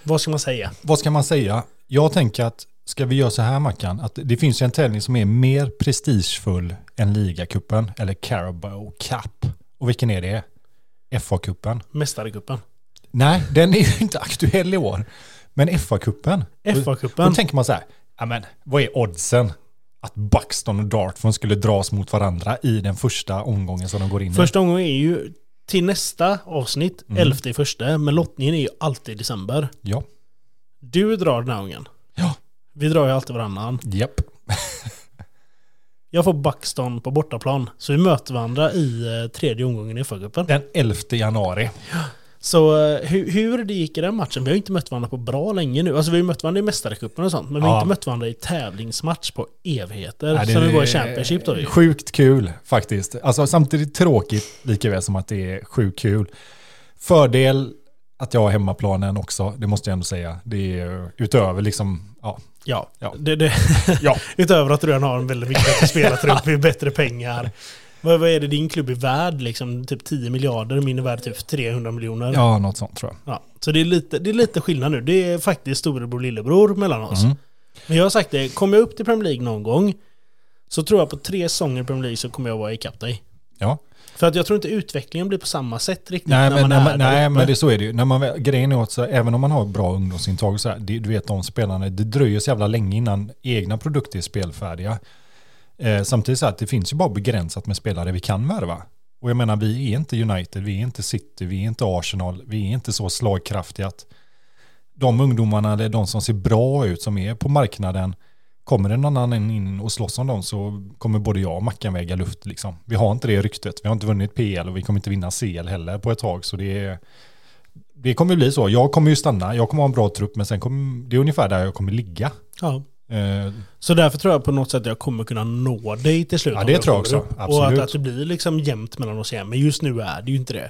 vad ska man säga?
Vad ska man säga? Jag tänker att ska vi göra så här Mackan, att det finns ju en tävling som är mer prestigefull än ligacupen eller Carabao Cup. Och vilken är det? FA-cupen.
Mästarecupen.
Nej, den är ju (laughs) inte aktuell i år. Men FA-cupen. Då
FA-cupen.
tänker man så här, ja men vad är oddsen? Att Buxton och Dartford skulle dras mot varandra i den första omgången som de går in i.
Första omgången är ju till nästa avsnitt, 11 i första, men lottningen är ju alltid i december.
Ja.
Du drar den här gången.
Ja.
Vi drar ju alltid varannan.
Japp.
Jag får Buxton på bortaplan, så vi möter varandra i eh, tredje omgången i FA-cupen.
Den 11 januari.
Så eh, hur, hur det gick i den matchen, vi har ju inte mött varandra på bra länge nu. Alltså vi har ju mött varandra i mästarecupen och sånt, men vi har
Ja.
inte mött varandra i tävlingsmatch på evigheter.
Nej, det
sen vi
är-
var i Championship då ju.
Sjukt kul faktiskt. Alltså samtidigt tråkigt lika väl som att det är sjukt kul. Fördel att jag har hemmaplanen också, det måste jag ändå säga. Det är utöver liksom, ja.
Ja,
Ja.
Det, det, (laughs)
Ja.
utöver att du redan har en väldigt viktig spelartrupp, vi har bättre pengar. Vad, vad är det din klubb är värd? Liksom, typ 10 miljarder, min är värd typ 300 miljoner.
ja, något sånt tror jag.
Ja, så det är, lite, det är lite skillnad nu. Det är faktiskt storebror och lillebror mellan oss.
Mm.
Men jag har sagt det, kommer jag upp till Premier League någon gång så tror jag på tre säsonger i Premier League så kommer jag vara ikapp dig.
Ja.
För att jag tror inte utvecklingen blir på samma sätt riktigt
Nej,
när man
men, när
är
man,
där
nej
uppe.
men det, så är det ju. När man, väl- grejen är att så, även om man har ett bra ungdomsintag, och så här, det, du vet de spelarna, det dröjer så jävla länge innan egna produkter är spelfärdiga. Eh, samtidigt så här, att det finns ju bara begränsat med spelare vi kan värva. Och jag menar, vi är inte United, vi är inte City, vi är inte Arsenal, vi är inte så slagkraftiga att de ungdomarna eller de som ser bra ut som är på marknaden, kommer en annan in och slåss om dem så kommer både jag och Mackan väga luft. Liksom. Vi har inte det ryktet, vi har inte vunnit PL och vi kommer inte vinna CL heller på ett tag. Så det, är- det kommer bli så. Jag kommer ju stanna, jag kommer ha en bra trupp men sen kommer, det är ungefär där jag kommer ligga.
Ja.
Eh,
Så därför tror jag på något sätt att jag kommer kunna nå dig till slut.
Ja,
om
det tror jag
kommer
också.
upp. Och att,
Absolut.
att det blir liksom jämnt mellan oss igen. Men just nu är det ju inte det.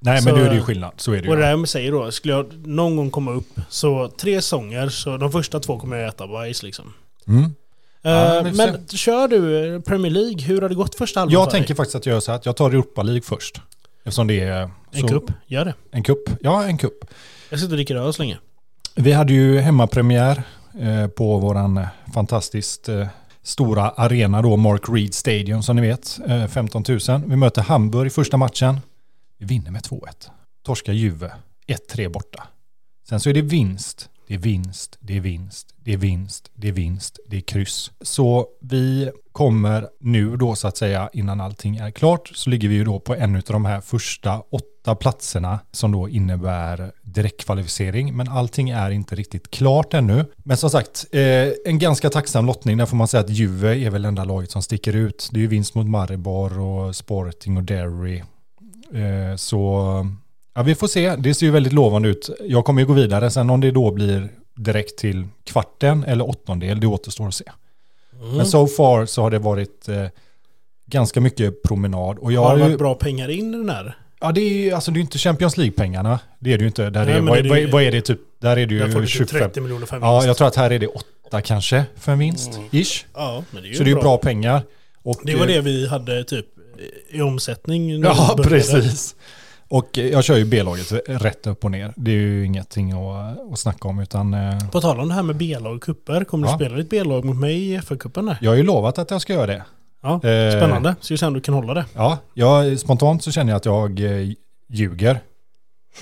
nej
Så-
men nu är det ju skillnad, så är det
Och
ju.
det här med säger då, skulle jag någon gång komma upp så tre säsonger, så de första två kommer jag äta bajs liksom.
Mm.
Eh,
Ja, vi
men
får se.
kör du eh, Premier League, hur har det gått första halvan
Jag
för dig?
tänker faktiskt att jag gör så här, att jag tar Europa League först. Eftersom det är...
En
så-
kupp, gör det.
En kupp, ja en kupp.
Jag sitter och dricker öl så länge.
Vi hade ju hemmapremiär eh, på våran fantastiskt eh, stora arena då, Mark Reed Stadium som ni vet, eh, 15 000. Vi möter Hamburg i första matchen. Vi vinner med 2-1. Torskar Juve, 1-3 borta. Sen så är det vinst, det är vinst, det är vinst, det är vinst, det är vinst, det är kryss. Så vi kommer nu då så att säga innan allting är klart så ligger vi ju då på en av de här första åtta platserna som då innebär direktkvalificering. Men allting är inte riktigt klart ännu. Men som sagt, eh, en ganska tacksam lottning. Där får man säga att Juve är väl enda laget som sticker ut. Det är ju vinst mot Maribor och Sporting och Derry. Eh, så Ja, vi får se. Det ser ju väldigt lovande ut. Jag kommer ju gå vidare. Sen om det då blir direkt till
Mm.
kvarten eller åttondel, det återstår att se. Men so far så har det varit eh, ganska mycket promenad. Och jag
har
har
det
ju,
varit bra pengar in i den här?
ja, det är ju alltså, det är ju inte Champions League-pengarna. Det är det ju inte. Där
Nej,
är,
men
vad,
det är
vad,
ju-
vad är det typ? Där är det
Jag får
ju
det till
25.
30 miljoner för en
Ja,
vinst.
jag tror att här är det åtta kanske för en vinst. Ish.
ja, men Mm. det är ju
Så det är ju bra pengar. Och,
Det var
eh,
det vi hade typ i omsättning. när
Ja,
(laughs) vi började.
precis. Och eh, jag kör ju B-laget rätt upp och ner. Det är ju ingenting att, att snacka om. Utan, eh,
På tal om det här med B-lag och cuper, kommer
Ja.
du spela ditt B-lag mot mig i FA-cupen?
jag har ju lovat att jag ska göra det.
Ja,
Eh,
spännande. Så vi ser om du kan hålla det.
Ja, jag, spontant så känner jag att jag eh, ljuger.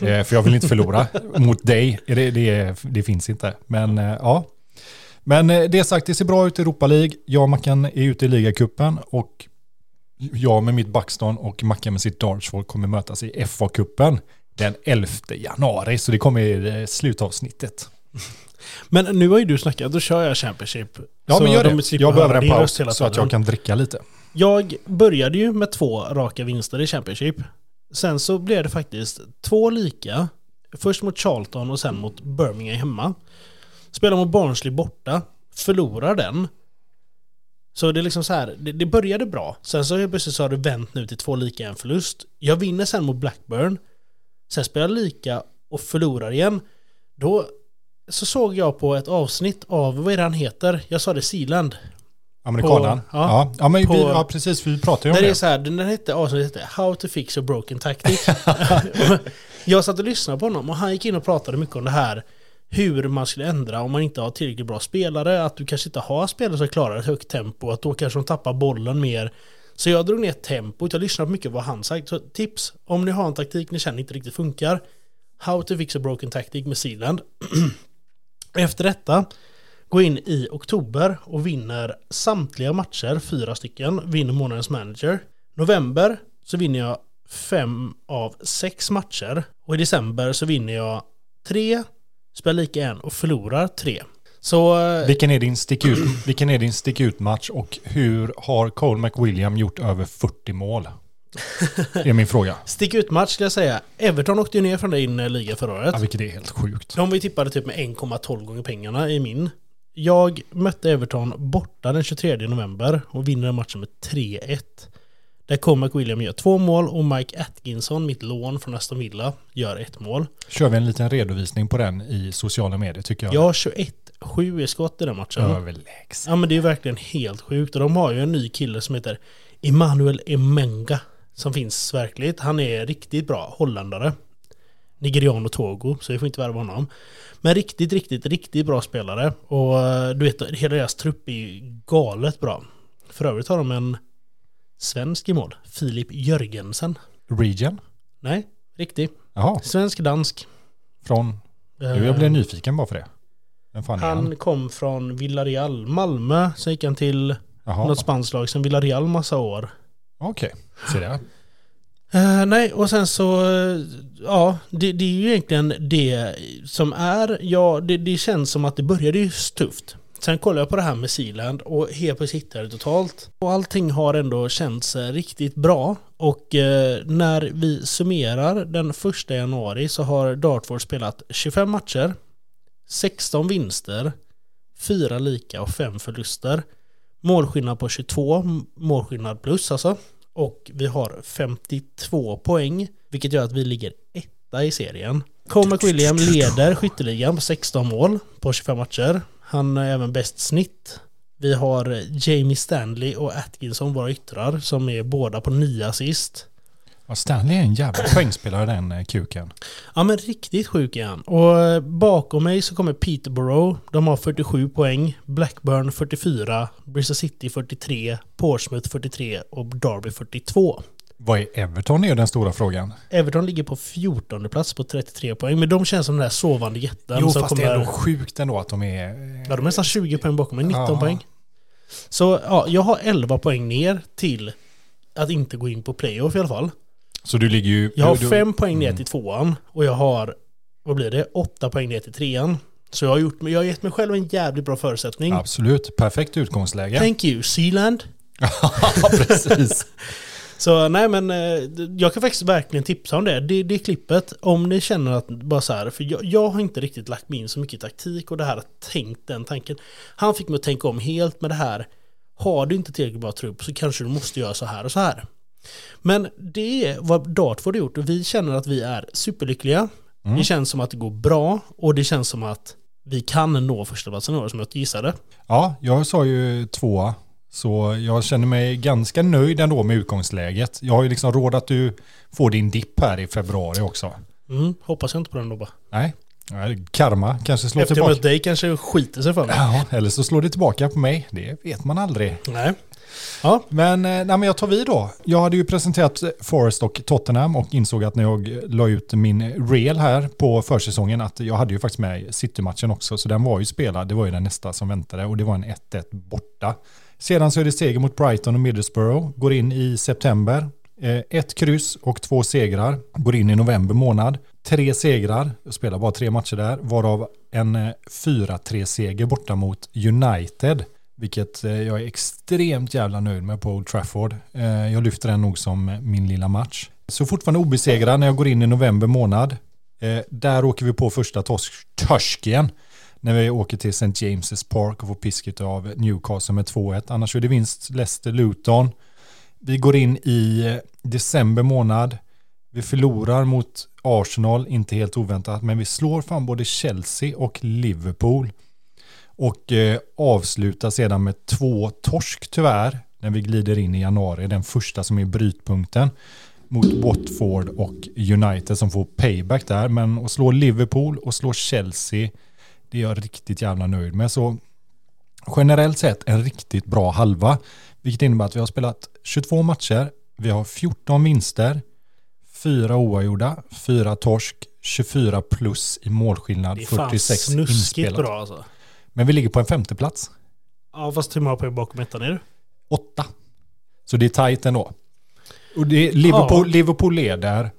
Eh, för jag vill inte förlora mot dig. Det, det, det finns inte. Men eh, ja. Men eh, det sagt, det ser bra ut i Europa League. Jag och Mackan är ute i ligacupen och jag med mitt Backstone och Mackan med sitt Dartsford kommer mötas i FA-cupen den 11 januari. Så det kommer i eh, slutavsnittet.
Men nu har ju du snackat, då kör jag Championship.
Ja,
Så
men gör
de
det.
slipper
Jag behöver
höra
en
din
paus
röst hela
så att
tiden.
jag kan dricka lite.
Jag började ju med två raka vinster i Championship. Sen så blev det faktiskt två lika. Först mot Charlton och sen mot Birmingham hemma. Spelade mot Barnsley borta, förlorar den. Så det är liksom så här, det, det började bra. Sen så helt plötsligt så har det vänt nu till två lika en förlust. Jag vinner sen mot Blackburn. Sen spelar jag lika och förlorar igen. Då så såg jag på ett avsnitt av, vad är det han heter? Jag sa det Sealand.
Amerikanan?
På- ja.
ja. ja, men
På-
vi, ja, precis. Vi pratade ju om
Där
det.
är så här, den den hette, avsnittet hette How to fix a broken tactic. (laughs) jag satt och lyssnade på honom och han gick in och pratade mycket om det här hur man skulle ändra om man inte har tillräckligt bra spelare, att du kanske inte har spelare som klarar ett högt tempo, att då kanske de tappar bollen mer. Så jag drog ner tempot, jag lyssnade på mycket på vad han sagt. Så tips, om ni har en taktik ni känner inte riktigt funkar, How to fix a broken tactic med Sealand. Efter detta går in i oktober och vinner samtliga matcher, fyra stycken, vinner månadens manager. November så vinner jag fem av sex matcher och i december så vinner jag tre, spelar lika en och förlorar tre. Så eh,
Vilken är din stick ut, vilken är din stick ut match och hur har Cole McWilliam gjort över
(laughs)
40 mål? Det är min fråga.
stick ut match skulle jag säga. Everton åkte ju ner från din eh, liga förra året.
Ja, vilket är helt sjukt.
De vi tippade typ med 1,12 gånger pengarna i min. Jag mötte Everton borta den 23 november och vinner den matchen med 3-1. Där kommer William gör två mål och Mike Atkinson, mitt lån från Aston Villa, gör ett mål.
Kör vi en liten redovisning på den i sociala medier tycker jag.
Jag har 21-7 i skott i den matchen.
Överlägsen.
Ja men det är ju verkligen helt sjukt och de har ju en ny kille som heter Emanuel Emenga som finns verkligt. Han är riktigt bra holländare. Nigerian och Togo, så vi får inte värva honom. Men riktigt, riktigt, riktigt bra spelare. Och eh, du vet, hela deras trupp är ju galet bra. För övrigt har de en svensk i mål, Filip Jörgensen.
Region?
Nej, riktig.
Jaha,
Svensk-dansk.
från... Nu jag blev nyfiken bara för det. Vem fan är han?
Eh. Han kom från Villarreal, Malmö, sen gick han till
Jaha,
något spanskt lag, sen Villarreal massa år.
okej. Se där.
Eh, nej, och sen så, eh, ja, det, det är ju egentligen det som är, ja, det, det känns som att det började ju tufft. Sen kollade jag på det här med Sealand och helt plötsligt hittade jag det totalt. Och allting har ändå känts eh, riktigt bra. Och eh, när vi summerar den första januari så har Dartford spelat 25 matcher, 16 vinster, 4 lika och 5 förluster. Målskillnad på 22, m- målskillnad plus alltså. Och vi har 52 poäng, vilket gör att vi ligger etta i serien. Cole McWilliam leder skytteligan på 16 mål på 25 matcher. Han är även bäst snitt. Vi har Jamie Stanley och Atkinson, våra yttrar, som är båda på 9 assist.
Ja, Stanley är en jävla poängspelare den eh, kuken.
Ja men riktigt sjuk är han. Och eh, bakom mig så kommer Peterborough. De har 47 poäng. Blackburn 44. Bristol City 43. Portsmouth 43 och Derby 42.
Vad är Everton är ju den stora frågan.
Everton ligger på 14 plats på 33 poäng. Men de känns som den där sovande jätten
Jo,
som
fast det är ändå sjukt ändå att de är... eh,
Ja, de är nästan 20 poäng bakom mig, 19
Ja.
poäng. Så ja, jag har 11 poäng ner till att inte gå in på playoff i alla fall.
Så du ligger ju...
Jag har
du- du-
fem poäng ner till tvåan och jag har, vad blir det, åtta poäng ner till trean. Så jag har, gjort, jag har gett mig själv en jävligt bra förutsättning.
Absolut, perfekt utgångsläge.
Thank you, Sealand.
(laughs) Ja, precis.
Så nej men eh, jag kan faktiskt verkligen tipsa om det. Det, det klippet, om ni känner att bara så här, för jag, jag har inte riktigt lagt mig in så mycket i taktik och det här att tänkt den tanken. Han fick mig att tänka om helt med det här, har du inte tillräckligt bra trupp så kanske du måste göra så här och så här. Men det är vad Dartford har gjort och vi känner att vi är superlyckliga.
Mm.
Det känns som att det går bra och det känns som att vi kan nå förstaplatsen i år som jag gissade.
Ja, jag sa ju tvåa. Så jag känner mig ganska nöjd ändå med utgångsläget. Jag har ju liksom råd att du får din dipp här i februari också.
Mm, hoppas jag inte på den då bara.
Nej, Nej, karma kanske slår
Efter jag
tillbaka.
mött dig kanske det skiter sig för mig.
Ja, eller så slår det tillbaka på mig. Det vet man aldrig.
Nej. Ja,
Men, eh, nej, men jag tar vid då. Jag hade ju presenterat Forest och Tottenham och insåg att när jag eh, la ut min eh, reel här på försäsongen att jag hade ju faktiskt med City-matchen också. Så den var ju spelad. Det var ju den nästa som väntade och det var en 1-1 borta. Sedan så är det seger mot Brighton och Middlesbrough. Går in i september. Eh, Ett kryss och två segrar. Går in i november månad. Tre segrar. Jag spelar bara tre matcher där. Varav en eh, 4-3-seger borta mot United. Vilket eh, jag är extremt jävla nöjd med på Old Trafford. Eh, Jag lyfter den nog som min lilla match. Så fortfarande obesegrad när jag går in i november månad. Eh, Där åker vi på första torsk- törsken. När vi åker till St. James' Park och får pisket av Newcastle med 2-1. Annars är det vinst Leicester-Luton. Vi går in i eh, december månad. Vi förlorar mot Arsenal, inte helt oväntat, men vi slår fan både Chelsea och Liverpool. Och eh, avslutar sedan med två torsk tyvärr, när vi glider in i januari, den första som är brytpunkten mot Watford och United som får payback där. Men att slå Liverpool och slå Chelsea, det är jag riktigt jävla nöjd med. Så generellt sett en riktigt bra halva, vilket innebär att vi har spelat 22 matcher, vi har 14 vinster, 4 oavgjorda, 4 torsk, 24 plus i målskillnad,
det är fan
46
snuskigt
inspelat.
bra alltså.
Men vi ligger på en femte plats.
Ja, fast hur många poäng bakom ettan är du?
Åtta. Så det är tajt ändå. Och det är Liverpool, Liverpool leder.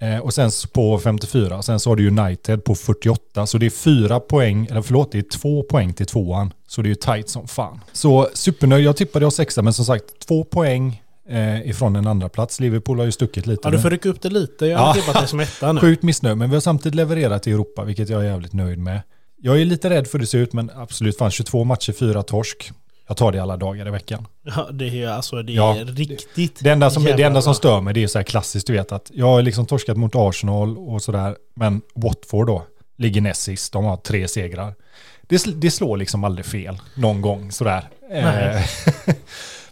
eh, Och sen så på 54. Sen så har du United på 48. Så det är fyra poäng, eller förlåt, det är två poäng till tvåan. Så det är ju tajt som fan. Så supernöjd. Jag tippade jag sexa, men som sagt, två poäng eh, ifrån en andra plats. Liverpool har ju stuckit lite.
Ja, du
nu.
får rycka upp det lite. Jag har
Mm. Ja.
tippat det som etta nu.
Sjukt missnöjd, men vi har samtidigt levererat i Europa, vilket jag är jävligt nöjd med. Jag är lite rädd för hur det ser ut, men absolut, fan 22 matcher, fyra torsk. Jag tar det alla dagar i veckan.
Ja, det är ju- alltså det är
Ja.
riktigt
Det enda som, det
jävla
enda som
bra.
stör mig det är så här klassiskt, du vet att jag har liksom torskat mot Arsenal och sådär, men Watford då ligger näst sist, de har tre segrar. Det, sl- det slår liksom aldrig fel någon gång sådär.
Nej.
Eh, (laughs)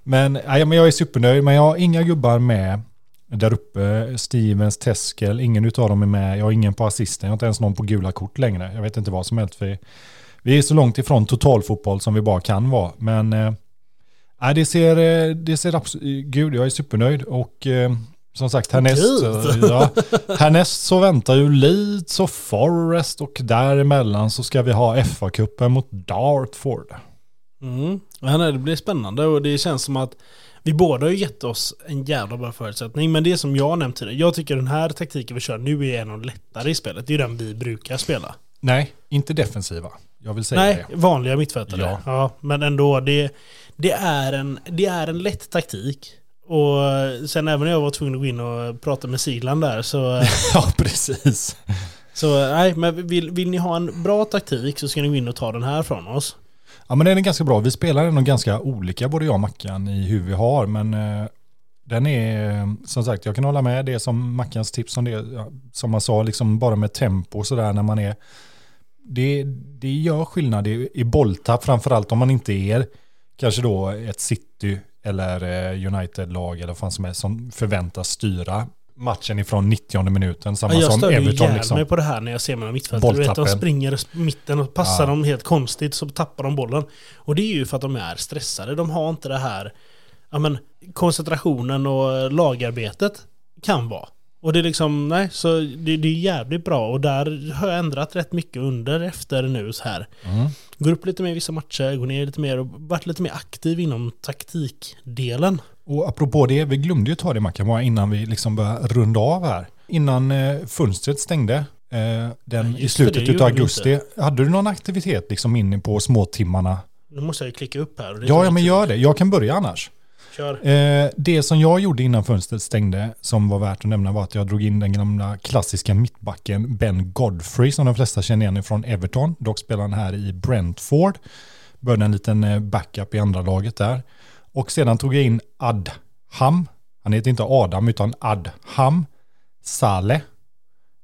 men, nej, men jag är supernöjd, men jag har inga gubbar med där uppe. Stevens, Teskel, ingen utav dem är med. Jag har ingen på assisten, jag har inte ens någon på gula kort längre. Jag vet inte vad som helst. Vi, vi är så långt ifrån totalfotboll som vi bara kan vara, men eh, Nej, det ser, eh, det ser absolut, gud jag är supernöjd och eh, som sagt härnäst,
Gud.
eh, ja, härnäst så väntar ju Leeds och Forest och däremellan så ska vi ha FA-cupen mot Dartford.
Mm. Ja, nej, det blir spännande och det känns som att vi båda har ju gett oss en jävla bra förutsättning. Men det är som jag har nämnt tidigare, jag tycker den här taktiken vi kör nu är en av de lättare i spelet. Det är ju den vi brukar spela.
Nej, inte defensiva. Jag vill säga
Nej,
det. (laughs)
vanliga mittfältare.
Ja.
Ja. men ändå, det, det, är en, det är en lätt taktik. Och sen även när jag var tvungen att gå in och prata med Sigland där (laughs) så
Ja, precis.
Så nej, men vill, vill ni ha en bra taktik så ska ni gå in och ta den här från oss.
Ja, men den är ganska bra. Vi spelar ändå ganska olika, både jag och Mackan, i hur vi har, men eh, den är, eh, som sagt, jag kan hålla med det som Mackans tips om det, ja, som man sa, liksom bara med tempo och sådär när man är, det, det gör skillnad i, i bolltapp, framförallt om man inte är kanske då ett City eller eh, United-lag eller vad fan som helst som förväntas styra matchen ifrån 90 minuten, samma
Ja, jag
som
stör ju
Everton.
ihjäl
Liksom.
mig på det här när jag ser mina mittfältare. Du vet, de
Bolltappen.
springer i mitten och passar
Ja.
dem helt konstigt så tappar de bollen. Och det är ju för att de är stressade. De har inte det här ja, men, koncentrationen och lagarbetet kan vara. Och det är liksom, nej, så det, det är jävligt bra och där har jag ändrat rätt mycket under efter nu så här.
Mm.
Går upp lite mer i vissa matcher, går ner lite mer och varit lite mer aktiv inom taktikdelen.
Och apropå det, vi glömde ju ta det Mackan bara innan vi liksom började runda av här. Innan eh, fönstret stängde eh, den,
just
i
det, det
slutet
gjorde
av
vi
augusti, hade du någon aktivitet liksom inne på småtimmarna?
Nu måste jag ju klicka upp här. Och det
Ja,
tar
ja, men
tid.
gör det. Jag kan börja annars.
Kör.
Eh, det som jag gjorde innan fönstret stängde som var värt att nämna var att jag drog in den gamla klassiska mittbacken Ben Godfrey som de flesta känner igen från Everton. Dock spelar han här i Brentford. Började en liten eh, backup i andra laget där. Och sedan tog jag in Adham. Han heter inte Adam utan Adham Saleh.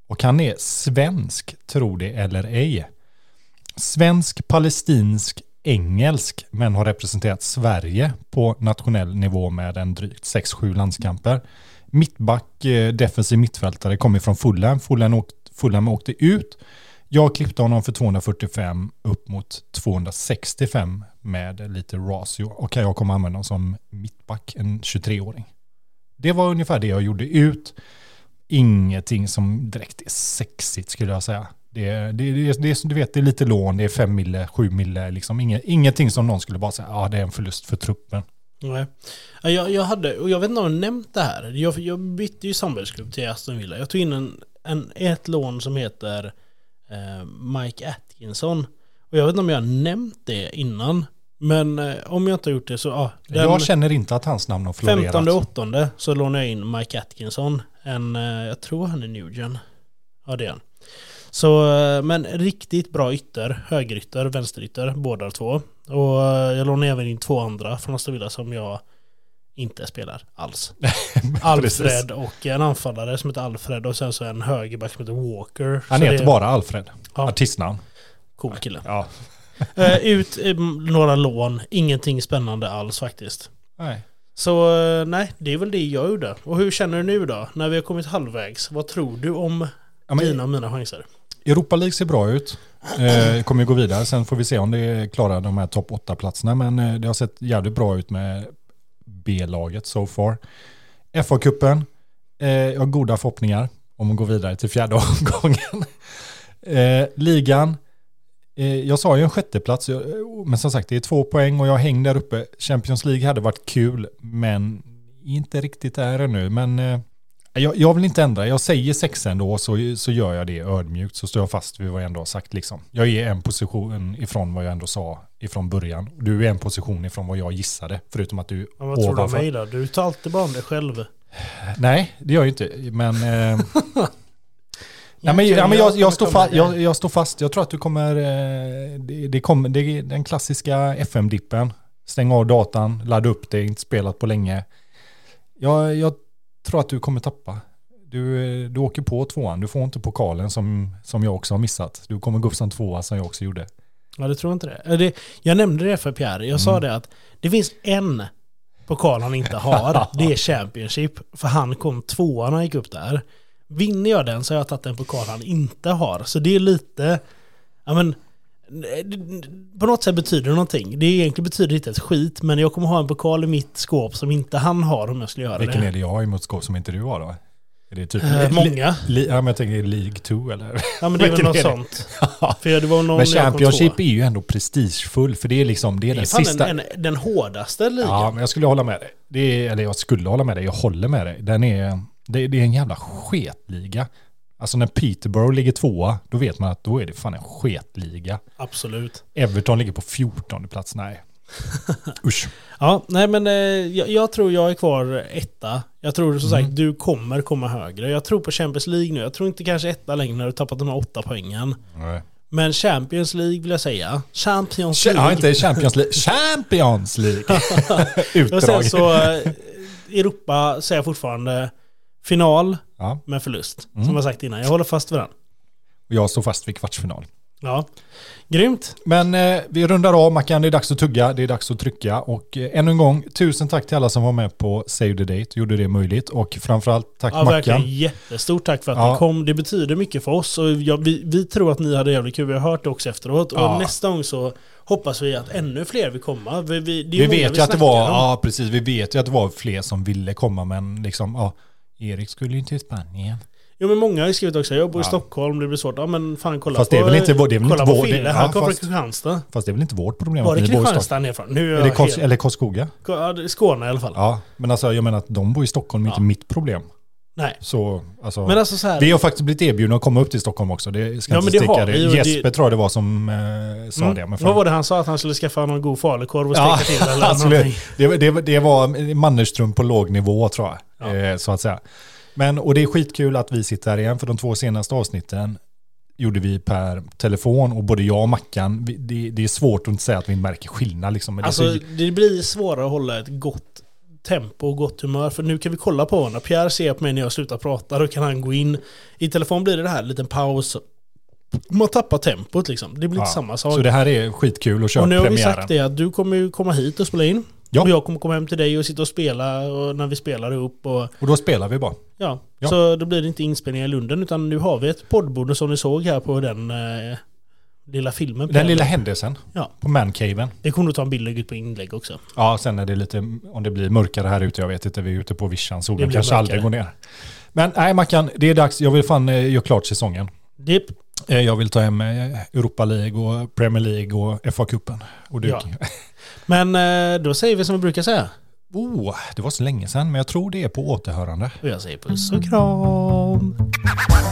Och han är svensk, tro det eller ej. Svensk, palestinsk, engelsk men har representerat Sverige på nationell nivå med en drygt 6-7 landskamper. Mittback, eh, defensiv mittfältare, kommer från Fulham. Fulham åkte, Fulham åkte ut. Jag klippte honom för 245 upp mot 265 med lite ratio. Och jag kommer använda honom som mittback, en 23-åring. Det var ungefär det jag gjorde ut. Ingenting som direkt är sexigt skulle jag säga. Det, det, det, det, är som du vet, det är lite lån, det är 5 mille, 7 mille, liksom inget, ingenting som någon skulle bara säga, ja ah, det är en förlust för truppen.
Nej. Ja, Jag, jag hade, och jag vet inte om jag har nämnt det här, jag, jag bytte ju samarbetsklubb till Aston Villa. Jag tog in en, en, ett lån som heter eh, Mike Atkinson. Och jag vet inte om jag har nämnt det innan, men eh, om jag inte har gjort det så... ja, den-
jag känner inte att hans namn har florerat.
15
(laughs)
åttonde så lånade jag in Mike Atkinson. En, eh, jag tror han är Nugent. Ja det är han. Så, eh, men riktigt bra ytter, högerytter, vänsterytter, båda två. Och eh, jag lånade även in två andra från Aston Villa som jag inte spelar
(laughs)
alls.
Precis.
Alfred och en anfallare som heter Alfred och sen så en högerback som heter Walker.
Han
Så det
heter
är
bara Alfred.
Ja.
Artistnamn.
Cool kille.
Ja.
Eh, ut eh, några lån, ingenting spännande alls faktiskt.
Nej.
Så eh, nej, det är väl det jag gjorde. Och hur känner du nu då? När vi har kommit halvvägs, vad tror du om
Ja, men-
dina och mina chanser?
Europa League ser bra ut. Eh, kommer ju gå vidare. Sen får vi se om det klarar de här topp 8-platserna. Men eh, det har sett jävligt bra ut med B-laget so far. FA-cupen. Eh, jag har goda förhoppningar om att gå vidare till fjärde (laughs) omgången. Eh, ligan. Eh, jag sa ju en sjätteplats. Jag- eh, Men som sagt, det är två poäng och jag häng där uppe. Champions League hade varit kul, men inte riktigt där ännu. Men eh, jag, jag vill inte ändra. Jag säger sex ändå, så, så gör jag det ödmjukt. Så står jag fast vid vad jag ändå har sagt. Liksom. Jag är en position ifrån vad jag ändå sa ifrån början. Du är en position ifrån vad jag gissade, förutom att du
Ja, vad tror du om
ovanför.
mig då? Du tar alltid bara om dig själv.
Nej, det gör jag inte. Men, eh, nej, men,
Okej,
ja, men jag, jag,
kommer
står
komma
fa- jag,
där.
jag står fast. Jag tror att du kommer... Eh, det, det kommer det är den klassiska FM-dippen. Stäng av datan, ladda upp det, inte spelat på länge. Jag, jag tror att du kommer tappa. Du, eh, du åker på tvåan, du får inte pokalen som, som jag också har missat. Du kommer gå upp som tvåa som jag också gjorde.
Ja, du tror inte det. Eh, det. Jag nämnde det för Pierre. Jag
Mm.
sa det att det finns en pokal han inte
(laughs)
har. det är Championship. För han kom tvåa när han gick upp där. Vinner jag den så har jag tagit en pokal han inte har. Så det är lite... Ja, men, på något sätt betyder det någonting. Det egentligen betyder det inte ett skit, men jag kommer ha en pokal i mitt skåp som inte han har om jag skulle göra
Vilken
det.
är det jag har emot skåp som inte du har då? Är det typ...
Eh, många.
Li, ja, men jag tänker League
(laughs)
2 eller?
Ja, men det är väl
Vilken
något
är det?
sånt. För det var någon
Men
jag kom
Championship
tvåa.
är ju ändå prestigefull, för det är liksom det
Det
är
är
den
fan
sista.
den, den, den hårdaste ligan.
ja, men jag skulle hålla med dig. Det är, eller jag skulle hålla med dig, jag håller med dig. Den är, det, det är en jävla sketliga. Alltså när Peterborough ligger tvåa, då vet man att då är det fan en sketliga.
Absolut.
Everton ligger på 14
(laughs)
plats, nej. Usch.
Ja, nej men eh, jag, jag tror jag är kvar etta. Jag tror som
Mm.
sagt du kommer komma högre. Jag tror på Champions League nu. Jag tror inte kanske etta längre när du tappat de här åtta poängen. Men Champions League vill jag säga. Champions
Cha-
League.
Ja, inte Champions League.
(laughs)
Champions League!
Och sen
Utdrag.
så eh, Europa säger jag fortfarande final
Ja,
med förlust.
Mm.
Som jag sagt innan. Jag håller fast vid den.
och jag står fast vid kvartsfinal.
Ja, grymt.
Men eh, vi rundar av Mackan, det är dags att tugga, det är dags att trycka och eh, ännu en gång, tusen tack till alla som var med på Save the Date, gjorde det möjligt och framförallt tack
Ja, verkligen.
Mackan.
Jättestort tack för att
Ja.
ni kom. Det betyder mycket för oss. Och jag, vi, vi tror att ni hade jävligt kul. Vi har hört det också efteråt. Och
Ja.
nästa gång så hoppas vi att ännu fler vill komma. Vi, vi, det är
Vi
många
vet ju att det
snackar
var,
om.
ja precis, vi vet ju att det var fler som ville komma men liksom, ja, Erik skulle ju till Spanien.
Jo men många har ju skrivit också, jag bor i
Ja.
Stockholm, det blir svårt. Ja men fan kolla
Fast
på...
det är väl inte vår- det är väl
kolla
inte
på
vår- det-
Fille,
ja,
han kommer från
fast-
Kristianstad.
Fast det är väl inte vårt problem
Var
att
det
vi bor i Stockholm.
Kristianstad han är från? Nu
Är
är
det
jag
Kors,
helt...
eller Karlskoga?
Ja, det är Skåne i alla fall.
Ja, men alltså jag menar att de bor i Stockholm, inte
Ja.
mitt problem.
Nej.
Så, alltså,
Men alltså så här,
vi har faktiskt blivit erbjudna att komma upp till Stockholm också, det ska
Ja, men
inte
det
sticka
har
det.
vi och det-
Jesper tror jag det var som eh, sa det. Men fan,
Mm. vad var det han sa? Att han skulle skaffa någon god falukorv och steka till eller
(laughs) absolut.
någonting?
alltså, Det, var- det, var- det var Mannerström på låg nivå tror jag,
Ja.
eh, så att säga. Men, och det är skitkul att vi sitter här igen för de två senaste avsnitten. gjorde vi per telefon och både jag och Mackan, vi, det, det är svårt att inte säga att vi märker skillnad. Liksom, men det
Alltså
är så,
det blir svårare att hålla ett gott tempo och gott humör. För nu kan vi kolla på varandra. Pierre ser på mig när jag slutar prata. Då kan han gå in. I telefon blir det det här, liten paus. Man tappar tempot liksom. Det blir
ja.
inte samma sak.
Så det här är skitkul att köra
och nu har vi
premiären.
sagt det att du kommer ju komma hit och spela in.
Ja.
Och jag kommer komma hem till dig och sitta och spela och när vi spelar upp. Och,
Och då spelar vi bara.
ja.
Ja.
Så då blir det inte inspelningar i Lunden utan nu har vi ett poddbord som ni såg här på den eh, lilla filmen.
Den lilla händelsen
Ja.
på mancaven.
Vi kommer nog ta en bild och lägga ut på inlägg också.
Ja, sen är det lite, om det blir mörkare här ute, jag vet inte, vi är ute på vischan,
Det
solen
blir
kanske aldrig går
mörkare.
ner. Men nej, Mackan, det är dags, jag vill fan eh, göra klart säsongen.
Dipp.
Eh, Jag vill ta hem eh, Europa League och Premier League och FA-cupen. Och du,
Ja. Men eh, då säger vi som vi brukar säga.
(laughs) oh, det var så länge sedan, men jag tror det är på återhörande.
Och jag säger puss och kram.